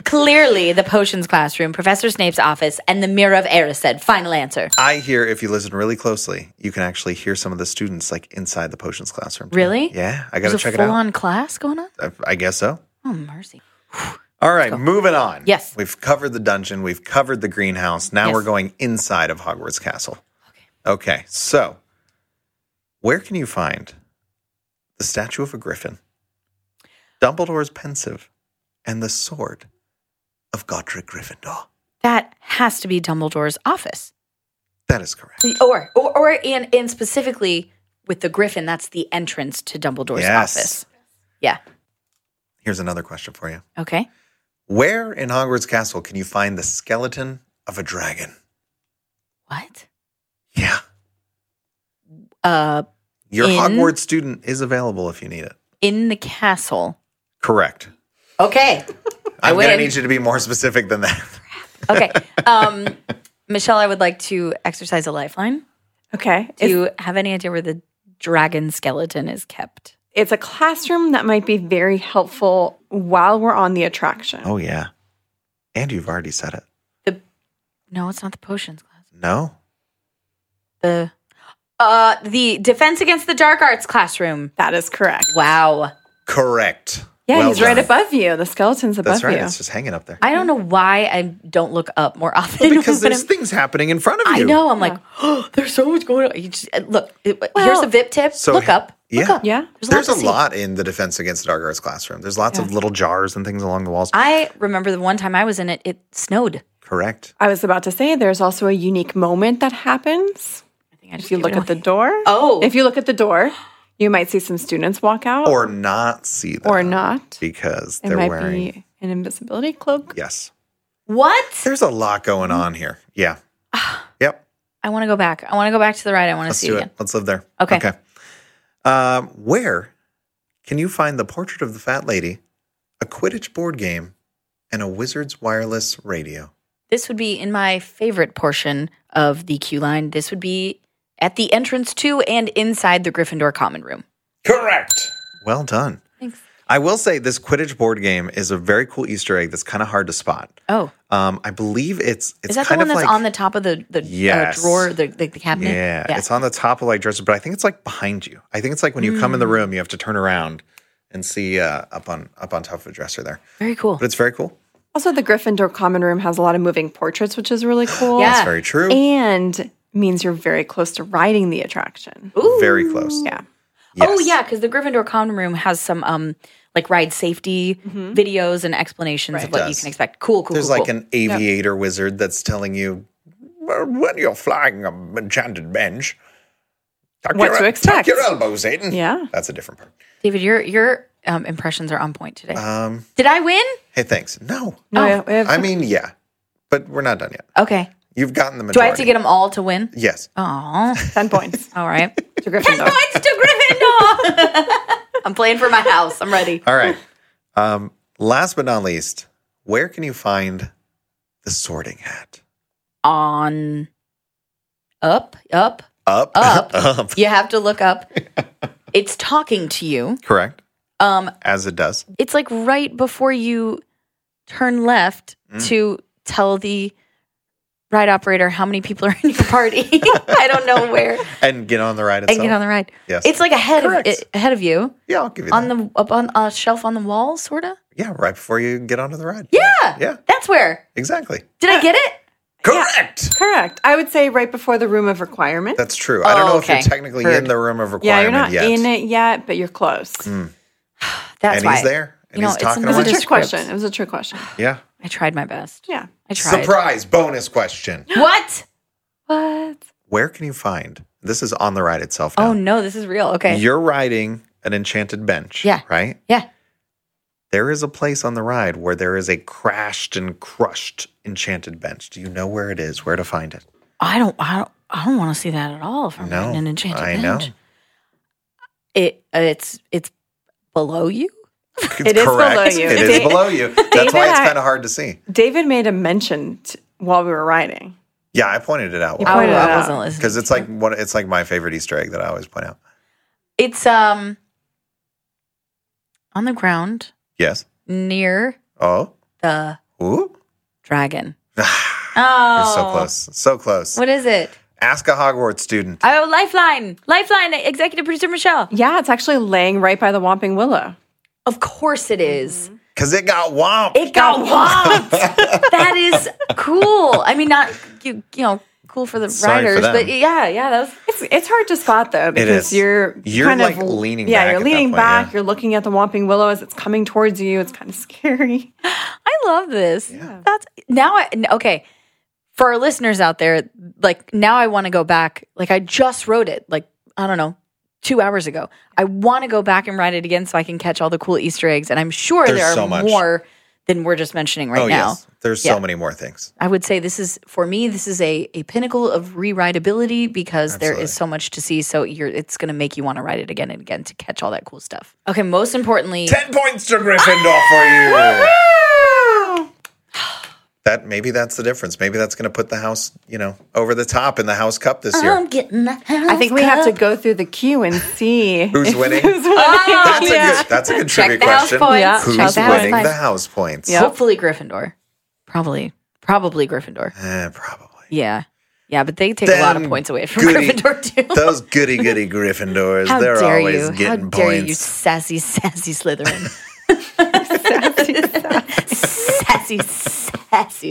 [SPEAKER 3] Clearly, the potions classroom, Professor Snape's office, and the mirror of Erised. Final answer.
[SPEAKER 2] I hear if you listen really closely, you can actually hear some of the students like inside the potions classroom. too.
[SPEAKER 3] Really?
[SPEAKER 2] Yeah. I got
[SPEAKER 3] There's
[SPEAKER 2] to
[SPEAKER 3] a
[SPEAKER 2] check it
[SPEAKER 3] full
[SPEAKER 2] out.
[SPEAKER 3] on class going on?
[SPEAKER 2] I, I guess so.
[SPEAKER 3] Oh, mercy.
[SPEAKER 2] All right, moving on.
[SPEAKER 3] Yes.
[SPEAKER 2] We've covered the dungeon, we've covered the greenhouse. Now
[SPEAKER 3] Yes.
[SPEAKER 2] we're going inside of Hogwarts Castle. Okay. Okay. So, where can you find the statue of a griffin, Dumbledore's pensive, and the sword of Godric Gryffindor?
[SPEAKER 3] That has to be Dumbledore's office.
[SPEAKER 2] That is correct.
[SPEAKER 3] Or, or, or and, and specifically with the griffin, that's the entrance to Dumbledore's
[SPEAKER 2] Yes.
[SPEAKER 3] office. Yeah.
[SPEAKER 2] Here's another question for you.
[SPEAKER 3] Okay.
[SPEAKER 2] Where in Hogwarts Castle can you find the skeleton of a dragon?
[SPEAKER 3] What?
[SPEAKER 2] Yeah.
[SPEAKER 3] Uh,
[SPEAKER 2] Your
[SPEAKER 3] In-
[SPEAKER 2] Hogwarts student is available if you need it.
[SPEAKER 3] in the castle.
[SPEAKER 2] Correct.
[SPEAKER 3] Okay.
[SPEAKER 2] I'm going to
[SPEAKER 3] win.
[SPEAKER 2] need you to be more specific than that.
[SPEAKER 3] Okay. Um, Michelle, I would like to exercise a lifeline.
[SPEAKER 6] Okay.
[SPEAKER 3] Do
[SPEAKER 6] It's,
[SPEAKER 3] you have any idea where the dragon skeleton is kept?
[SPEAKER 6] it's a classroom that might be very helpful while we're on the attraction.
[SPEAKER 2] Oh, yeah. And you've already said it.
[SPEAKER 3] The no, it's not the potions class.
[SPEAKER 2] No?
[SPEAKER 3] The uh, the defense against the dark arts classroom.
[SPEAKER 6] That is correct.
[SPEAKER 3] Wow.
[SPEAKER 2] Correct.
[SPEAKER 6] Yeah,
[SPEAKER 2] Well
[SPEAKER 6] he's
[SPEAKER 2] done.
[SPEAKER 6] right above you. The skeleton's above
[SPEAKER 2] That's right.
[SPEAKER 6] you.
[SPEAKER 2] It's just hanging up there.
[SPEAKER 3] I don't know why I don't look up more often.
[SPEAKER 2] because
[SPEAKER 3] but
[SPEAKER 2] there's
[SPEAKER 3] I'm-
[SPEAKER 2] things happening in front of
[SPEAKER 3] I
[SPEAKER 2] you.
[SPEAKER 3] know. I'm like, oh, there's so much going on. You just, uh, look, it- here's
[SPEAKER 6] Well-
[SPEAKER 3] a VIP tip.
[SPEAKER 2] So-
[SPEAKER 3] look up. Look
[SPEAKER 2] yeah.
[SPEAKER 3] up.
[SPEAKER 6] Yeah.
[SPEAKER 2] There's
[SPEAKER 3] to
[SPEAKER 2] a
[SPEAKER 3] see.
[SPEAKER 2] lot in the Defense Against the Dark Arts classroom. There's lots of little jars and things along the walls.
[SPEAKER 3] I remember the one time I was in it, it snowed.
[SPEAKER 2] Correct.
[SPEAKER 6] I was about to say there's also a unique moment that happens.
[SPEAKER 3] I think I
[SPEAKER 6] If you look at the door.
[SPEAKER 3] Oh.
[SPEAKER 6] If you look at the door, you might see some students walk out
[SPEAKER 2] Or not see them.
[SPEAKER 6] or not.
[SPEAKER 2] Because
[SPEAKER 6] It
[SPEAKER 2] they're
[SPEAKER 6] might
[SPEAKER 2] wearing.
[SPEAKER 6] be an invisibility cloak.
[SPEAKER 2] Yes.
[SPEAKER 3] what?
[SPEAKER 2] There's a lot going on here. Yeah. yep.
[SPEAKER 3] I want to go back. I want to go back to the ride. I want to
[SPEAKER 2] Let's
[SPEAKER 3] see
[SPEAKER 2] do
[SPEAKER 3] it
[SPEAKER 2] it.
[SPEAKER 3] again.
[SPEAKER 2] Let's live there.
[SPEAKER 3] Okay.
[SPEAKER 2] Okay. Um, where can you find the portrait of the fat lady, a Quidditch board game, and a wizard's wireless radio?
[SPEAKER 3] This would be in my favorite portion of the queue line. This would be at the entrance to and inside the Gryffindor common room.
[SPEAKER 2] Correct. Well done. Thanks. I will say this Quidditch board game is a very cool Easter egg that's kind of hard to spot.
[SPEAKER 3] Oh,
[SPEAKER 2] Um, I believe it's it's
[SPEAKER 3] is that the
[SPEAKER 2] kind
[SPEAKER 3] one
[SPEAKER 2] of
[SPEAKER 3] that's
[SPEAKER 2] like
[SPEAKER 3] on the top of the, the
[SPEAKER 2] Yes.
[SPEAKER 3] uh, drawer, the, the, the cabinet?
[SPEAKER 2] yeah, it's on the top of like dresses, but I think it's like behind you. I think it's like when you come in the
[SPEAKER 3] Mm.
[SPEAKER 2] room, you have to turn around and see uh, up on up on top of a dresser there.
[SPEAKER 3] Very cool.
[SPEAKER 2] But it's very cool.
[SPEAKER 6] Also, the Gryffindor common room has a lot of moving portraits, which is really cool.
[SPEAKER 3] Yeah.
[SPEAKER 2] That's very true.
[SPEAKER 6] And means you're very close to riding the attraction.
[SPEAKER 2] very close.
[SPEAKER 6] Yeah.
[SPEAKER 3] Oh
[SPEAKER 2] Yes.
[SPEAKER 3] yeah, because the Gryffindor common room has some um like ride safety videos and explanations of what you
[SPEAKER 2] Does.
[SPEAKER 3] can expect. Cool, cool.
[SPEAKER 2] There's
[SPEAKER 3] cool,
[SPEAKER 2] like
[SPEAKER 3] cool.
[SPEAKER 2] an aviator wizard that's telling you "Well, when you're flying a enchanted bench, tuck
[SPEAKER 6] What
[SPEAKER 2] your-
[SPEAKER 6] to expect."
[SPEAKER 2] Tuck your elbows in.
[SPEAKER 6] Yeah.
[SPEAKER 2] that's a different part.
[SPEAKER 3] David, your your um, impressions are on point today.
[SPEAKER 2] Um,
[SPEAKER 3] Did I win?
[SPEAKER 2] hey, thanks. No,
[SPEAKER 6] No,
[SPEAKER 3] Oh.
[SPEAKER 6] I have-
[SPEAKER 2] I mean, yeah, but we're not done yet.
[SPEAKER 3] Okay.
[SPEAKER 2] You've gotten the majority.
[SPEAKER 3] Do I have to get them all to win?
[SPEAKER 2] Yes.
[SPEAKER 3] Oh,
[SPEAKER 6] 10 points
[SPEAKER 3] all right.
[SPEAKER 6] to Gryffindor.
[SPEAKER 3] Points to Gryffindor. I'm playing for my house. I'm ready.
[SPEAKER 2] All right. Um, last but not least, where can you find the sorting hat?
[SPEAKER 3] On up, up.
[SPEAKER 2] Up,
[SPEAKER 3] Up.
[SPEAKER 2] up.
[SPEAKER 3] You have to look up. It's talking to you.
[SPEAKER 2] Correct.
[SPEAKER 3] Um,
[SPEAKER 2] As it does.
[SPEAKER 3] it's like right before you turn left
[SPEAKER 2] Mm.
[SPEAKER 3] to tell the ride operator how many people are in your party. I don't know where
[SPEAKER 2] And get on the ride
[SPEAKER 3] and
[SPEAKER 2] itself.
[SPEAKER 3] get on the ride.
[SPEAKER 2] Yes.
[SPEAKER 3] It's like ahead
[SPEAKER 2] Correct.
[SPEAKER 3] of it, ahead of you
[SPEAKER 2] yeah, I'll give you
[SPEAKER 3] on
[SPEAKER 2] that.
[SPEAKER 3] the up on a shelf on the wall, sorta.
[SPEAKER 2] yeah, right before you get onto the ride.
[SPEAKER 3] Yeah,
[SPEAKER 2] Yeah,
[SPEAKER 3] that's where.
[SPEAKER 2] exactly.
[SPEAKER 3] Did I get it?
[SPEAKER 2] Correct.
[SPEAKER 6] Correct. I would say right before the room of requirement.
[SPEAKER 2] That's true. I don't
[SPEAKER 3] Oh,
[SPEAKER 2] know if
[SPEAKER 3] okay.
[SPEAKER 2] you're technically in
[SPEAKER 3] Heard.
[SPEAKER 2] the room of
[SPEAKER 6] yeah, you're
[SPEAKER 2] requirement
[SPEAKER 6] not
[SPEAKER 2] yet.
[SPEAKER 6] in it yet, but you're close.
[SPEAKER 3] That's
[SPEAKER 2] and
[SPEAKER 3] why.
[SPEAKER 2] he's there. And
[SPEAKER 3] You know,
[SPEAKER 2] he's
[SPEAKER 3] it's
[SPEAKER 2] talking
[SPEAKER 6] It was a
[SPEAKER 2] away.
[SPEAKER 3] another-
[SPEAKER 6] trick
[SPEAKER 3] Descript.
[SPEAKER 6] question. It was a trick question.
[SPEAKER 2] Yeah.
[SPEAKER 3] I tried my best.
[SPEAKER 6] Yeah.
[SPEAKER 3] I tried.
[SPEAKER 2] Surprise bonus question.
[SPEAKER 3] What?
[SPEAKER 6] What?
[SPEAKER 2] Where can you find this is on the ride itself now.
[SPEAKER 3] Oh no, this is real. Okay.
[SPEAKER 2] You're riding an enchanted bench.
[SPEAKER 3] Yeah.
[SPEAKER 2] Right?
[SPEAKER 3] yeah.
[SPEAKER 2] There is a place on the ride where there is a crashed and crushed enchanted bench. Do you know where it is? Where to find it?
[SPEAKER 3] I don't. I don't. I don't want to see that at all. If I'm
[SPEAKER 2] No.
[SPEAKER 3] riding an enchanted
[SPEAKER 2] I know.
[SPEAKER 3] bench. It. uh, It's. It's below you.
[SPEAKER 2] It's
[SPEAKER 6] It is below you.
[SPEAKER 2] It is
[SPEAKER 6] David-
[SPEAKER 2] below you. That's why it's
[SPEAKER 6] I-
[SPEAKER 2] kind of hard to see.
[SPEAKER 6] David made a mention t- while we were riding.
[SPEAKER 2] Yeah, I pointed it out
[SPEAKER 6] You
[SPEAKER 3] Oh,
[SPEAKER 6] pointed it
[SPEAKER 3] I
[SPEAKER 6] out.
[SPEAKER 3] wasn't listening.
[SPEAKER 2] because it's like what it's like my favorite Easter egg that I always point out.
[SPEAKER 3] It's um on the ground
[SPEAKER 2] Yes.
[SPEAKER 3] near
[SPEAKER 2] Oh.
[SPEAKER 3] the
[SPEAKER 2] Ooh.
[SPEAKER 3] dragon.
[SPEAKER 2] You're
[SPEAKER 3] Oh,
[SPEAKER 2] so close. So close.
[SPEAKER 3] What is it?
[SPEAKER 2] Ask a Hogwarts student.
[SPEAKER 3] Oh, Lifeline, Lifeline, Executive Producer Michelle.
[SPEAKER 6] Yeah, it's actually laying right by the Whomping Willow.
[SPEAKER 3] Of course it is.
[SPEAKER 2] Because it got womped.
[SPEAKER 3] It got whopped. that is cool. I mean, not you, you know, cool for the
[SPEAKER 2] Sorry for
[SPEAKER 3] riders,
[SPEAKER 2] them.
[SPEAKER 3] but yeah, yeah, that was.
[SPEAKER 6] It's, it's hard to spot though because
[SPEAKER 2] is.
[SPEAKER 6] you're
[SPEAKER 2] You're,
[SPEAKER 6] kind
[SPEAKER 2] like,
[SPEAKER 6] of
[SPEAKER 2] leaning
[SPEAKER 6] Yeah,
[SPEAKER 2] back
[SPEAKER 6] you're
[SPEAKER 2] at that
[SPEAKER 6] leaning
[SPEAKER 2] point,
[SPEAKER 6] back.
[SPEAKER 2] yeah.
[SPEAKER 6] You're looking at the Whomping Willow as it's coming towards you. It's kind of scary.
[SPEAKER 3] I love this. That's now. I n- okay for our listeners out there. Like now, I want to go back. Like I just wrote it. Like I don't know, two hours ago. I want to go back and write it again so I can catch all the cool Easter eggs. And I'm sure
[SPEAKER 2] There's
[SPEAKER 3] there are
[SPEAKER 2] so much.
[SPEAKER 3] more than we're just mentioning right
[SPEAKER 2] oh,
[SPEAKER 3] now.
[SPEAKER 2] yes. There's
[SPEAKER 3] Yeah.
[SPEAKER 2] so many more things.
[SPEAKER 3] I would say this is for me. This is a a pinnacle of rewritability because there
[SPEAKER 2] Absolutely.
[SPEAKER 3] is so much to see. So you're it's going to make you want to write it again and again to catch all that cool stuff. Okay. Most importantly,
[SPEAKER 2] 10 points to Gryffindor for you. That maybe that's the difference. Maybe that's going to put the house, you know, over the top in the house cup this year.
[SPEAKER 3] I'm getting the house.
[SPEAKER 6] I think we have to go through the queue and see.
[SPEAKER 2] Who's winning? that's, a good, that's a good
[SPEAKER 3] Check
[SPEAKER 2] trivia
[SPEAKER 3] the house
[SPEAKER 2] question.
[SPEAKER 3] points.
[SPEAKER 6] Yeah,
[SPEAKER 2] Who's
[SPEAKER 6] check the house
[SPEAKER 2] winning
[SPEAKER 3] points.
[SPEAKER 2] the house points?
[SPEAKER 6] Yeah.
[SPEAKER 3] Hopefully Gryffindor. Probably. Probably Gryffindor.
[SPEAKER 2] Eh, probably.
[SPEAKER 3] Yeah. Yeah, but they take a lot of
[SPEAKER 2] Them
[SPEAKER 3] points away from
[SPEAKER 2] goody-
[SPEAKER 3] Gryffindor too.
[SPEAKER 2] Those goody goody Gryffindors,
[SPEAKER 3] How
[SPEAKER 2] they're
[SPEAKER 3] dare
[SPEAKER 2] always
[SPEAKER 3] you? How
[SPEAKER 2] getting
[SPEAKER 3] dare you,
[SPEAKER 2] points.
[SPEAKER 3] sassy, sassy Slytherin. sassy, sassy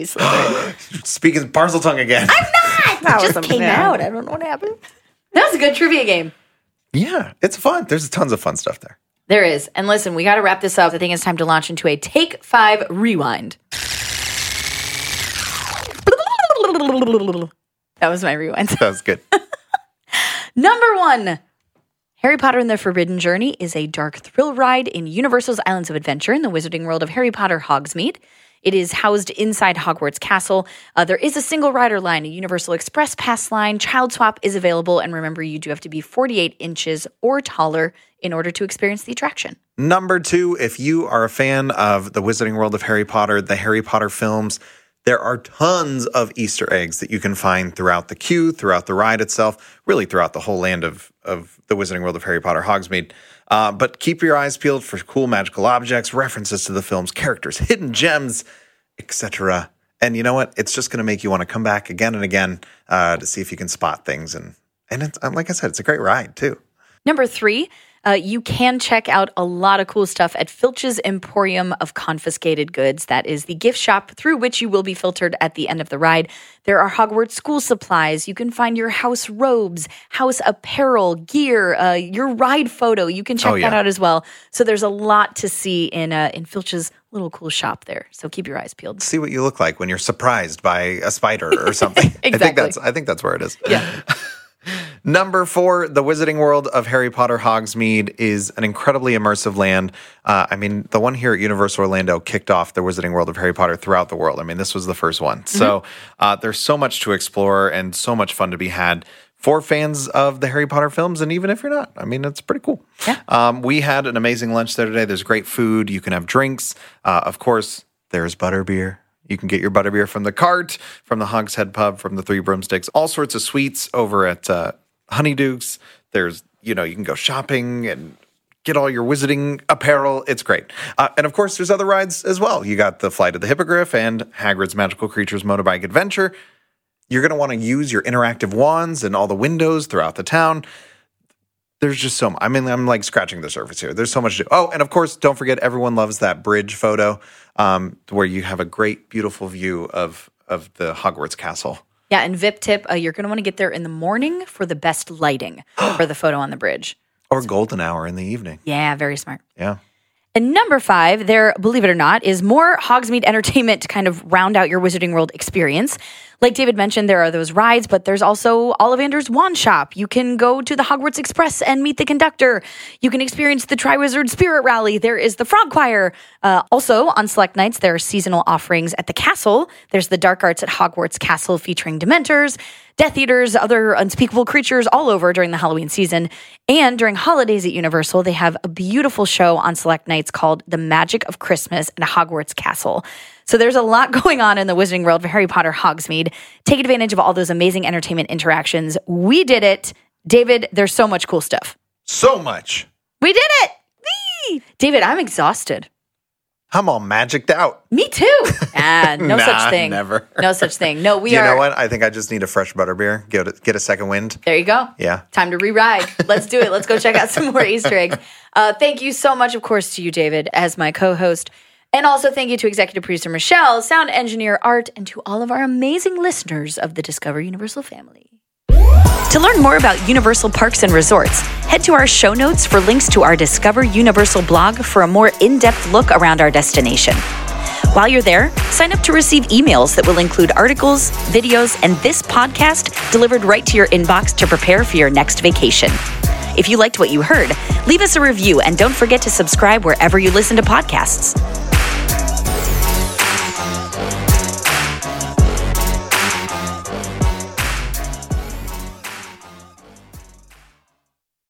[SPEAKER 3] Slytherin.
[SPEAKER 2] Speaking parcel tongue again.
[SPEAKER 6] That was
[SPEAKER 3] Just
[SPEAKER 6] something-
[SPEAKER 3] came
[SPEAKER 6] yeah.
[SPEAKER 3] out. I don't know what happened. That was a good trivia game.
[SPEAKER 2] yeah, it's fun. There's tons of fun stuff there.
[SPEAKER 3] There is. And listen, we got to wrap this up. I think it's time to launch into a take five rewind. That was my rewind.
[SPEAKER 2] That was good.
[SPEAKER 3] Number one Harry Potter and the Forbidden Journey is a dark thrill ride in Universal's Islands of Adventure in the Wizarding World of Harry Potter Hogsmeade. It is housed inside Hogwarts Castle. Uh, there is a single rider line, a Universal Express Pass line. Child Swap is available. And remember, you do have to be 48 inches or taller in order to experience the attraction.
[SPEAKER 2] Number two, if you are a fan of the Wizarding World of Harry Potter, the Harry Potter films, There are tons of Easter eggs that you can find throughout the queue, throughout the ride itself, really throughout the whole land of, of the Wizarding World of Harry Potter Hogsmeade. Uh, but keep your eyes peeled for cool magical objects, references to the film's characters, hidden gems, etc. And you know what? It's just going to make you want to come back again and again uh, to see if you can spot things. And and it's, and like I said, it's a great ride too.
[SPEAKER 3] Number three, uh, you can check out a lot of cool stuff at Filch's Emporium of Confiscated Goods. That is the gift shop through which you will be filtered at the end of the ride. There are Hogwarts school supplies. You can find your house robes, house apparel, gear, uh, your ride photo. You can check
[SPEAKER 2] Oh, yeah.
[SPEAKER 3] that out as well. So there's a lot to see in uh, in Filch's little cool shop there. So keep your eyes peeled.
[SPEAKER 2] See what you look like when you're surprised by a spider or something. I
[SPEAKER 3] Exactly.
[SPEAKER 2] think that's I think that's where it is. Yeah. Number four, the Wizarding World of Harry Potter Hogsmeade is an incredibly immersive land. Uh, I mean, the one here at Universal Orlando kicked off the Wizarding World of Harry Potter throughout the world. I mean, this was the first one. So uh, there's so much to explore and so much fun to be had for fans of the Harry Potter films, and even if you're not, I mean, it's pretty cool. Yeah. Um, we had an amazing lunch there today. There's great food. You can have drinks. Uh, of course, there's butterbeer. You can get your butterbeer from the cart, from the Hogshead Pub, from the Three Broomsticks, all sorts of sweets over at uh, Honeydukes. There's, you know, you can go shopping and get all your wizarding apparel. It's great. Uh, and of course, there's other rides as well. You got the Flight of the Hippogriff and Hagrid's Magical Creatures Motorbike Adventure. You're going to want to use your interactive wands and all the windows throughout the town there's just so much. I mean, I'm like scratching the surface here. There's so much to do. Oh, and of course, don't forget everyone loves that bridge photo um, where you have a great, beautiful view of of the Hogwarts castle.
[SPEAKER 3] Yeah, and VIP tip, uh, you're going to want to get there in the morning for the best lighting for the photo on the bridge.
[SPEAKER 2] Or golden hour in the evening.
[SPEAKER 3] Yeah, very smart.
[SPEAKER 2] Yeah.
[SPEAKER 3] And number five, there, believe it or not, is more Hogsmeade entertainment to kind of round out your Wizarding World experience. Like David mentioned, there are those rides, but there's also Ollivander's Wand Shop. You can go to the Hogwarts Express and meet the conductor. You can experience the Triwizard Spirit Rally. There is the Frog Choir. Uh, also, on select nights, there are seasonal offerings at the castle. There's the Dark Arts at Hogwarts Castle featuring Dementors. Death Eaters, other unspeakable creatures all over during the Halloween season. And during holidays at Universal, they have a beautiful show on select nights called The Magic of Christmas at Hogwarts Castle. So there's a lot going on in the Wizarding World of Harry Potter Hogsmeade. Take advantage of all those amazing entertainment interactions. We did it. David, there's so much cool stuff.
[SPEAKER 2] So much.
[SPEAKER 3] We did it. Whee! David, I'm exhausted.
[SPEAKER 2] I'm all magicked out.
[SPEAKER 3] Me too. Ah, no
[SPEAKER 2] Nah,
[SPEAKER 3] such thing.
[SPEAKER 2] never.
[SPEAKER 3] No such thing. No, we
[SPEAKER 2] you
[SPEAKER 3] are.
[SPEAKER 2] know what? I think I just need a fresh butterbeer. Get a, get a second wind.
[SPEAKER 3] There you go.
[SPEAKER 2] Yeah.
[SPEAKER 3] Time to re-ride. Let's do it. Let's go check out some more Easter eggs. Uh, thank you so much, of course, to you, David, as my co-host. And also thank you to executive producer Michelle, sound engineer Art, and to all of our amazing listeners of the Discover Universal family. To learn more about Universal Parks and Resorts, head to our show notes for links to our Discover Universal blog for a more in depth look around our destination. While you're there, sign up to receive emails that will include articles, videos, and this podcast delivered right to your inbox to prepare for your next vacation. If you liked what you heard, leave us a review and don't forget to subscribe wherever you listen to podcasts.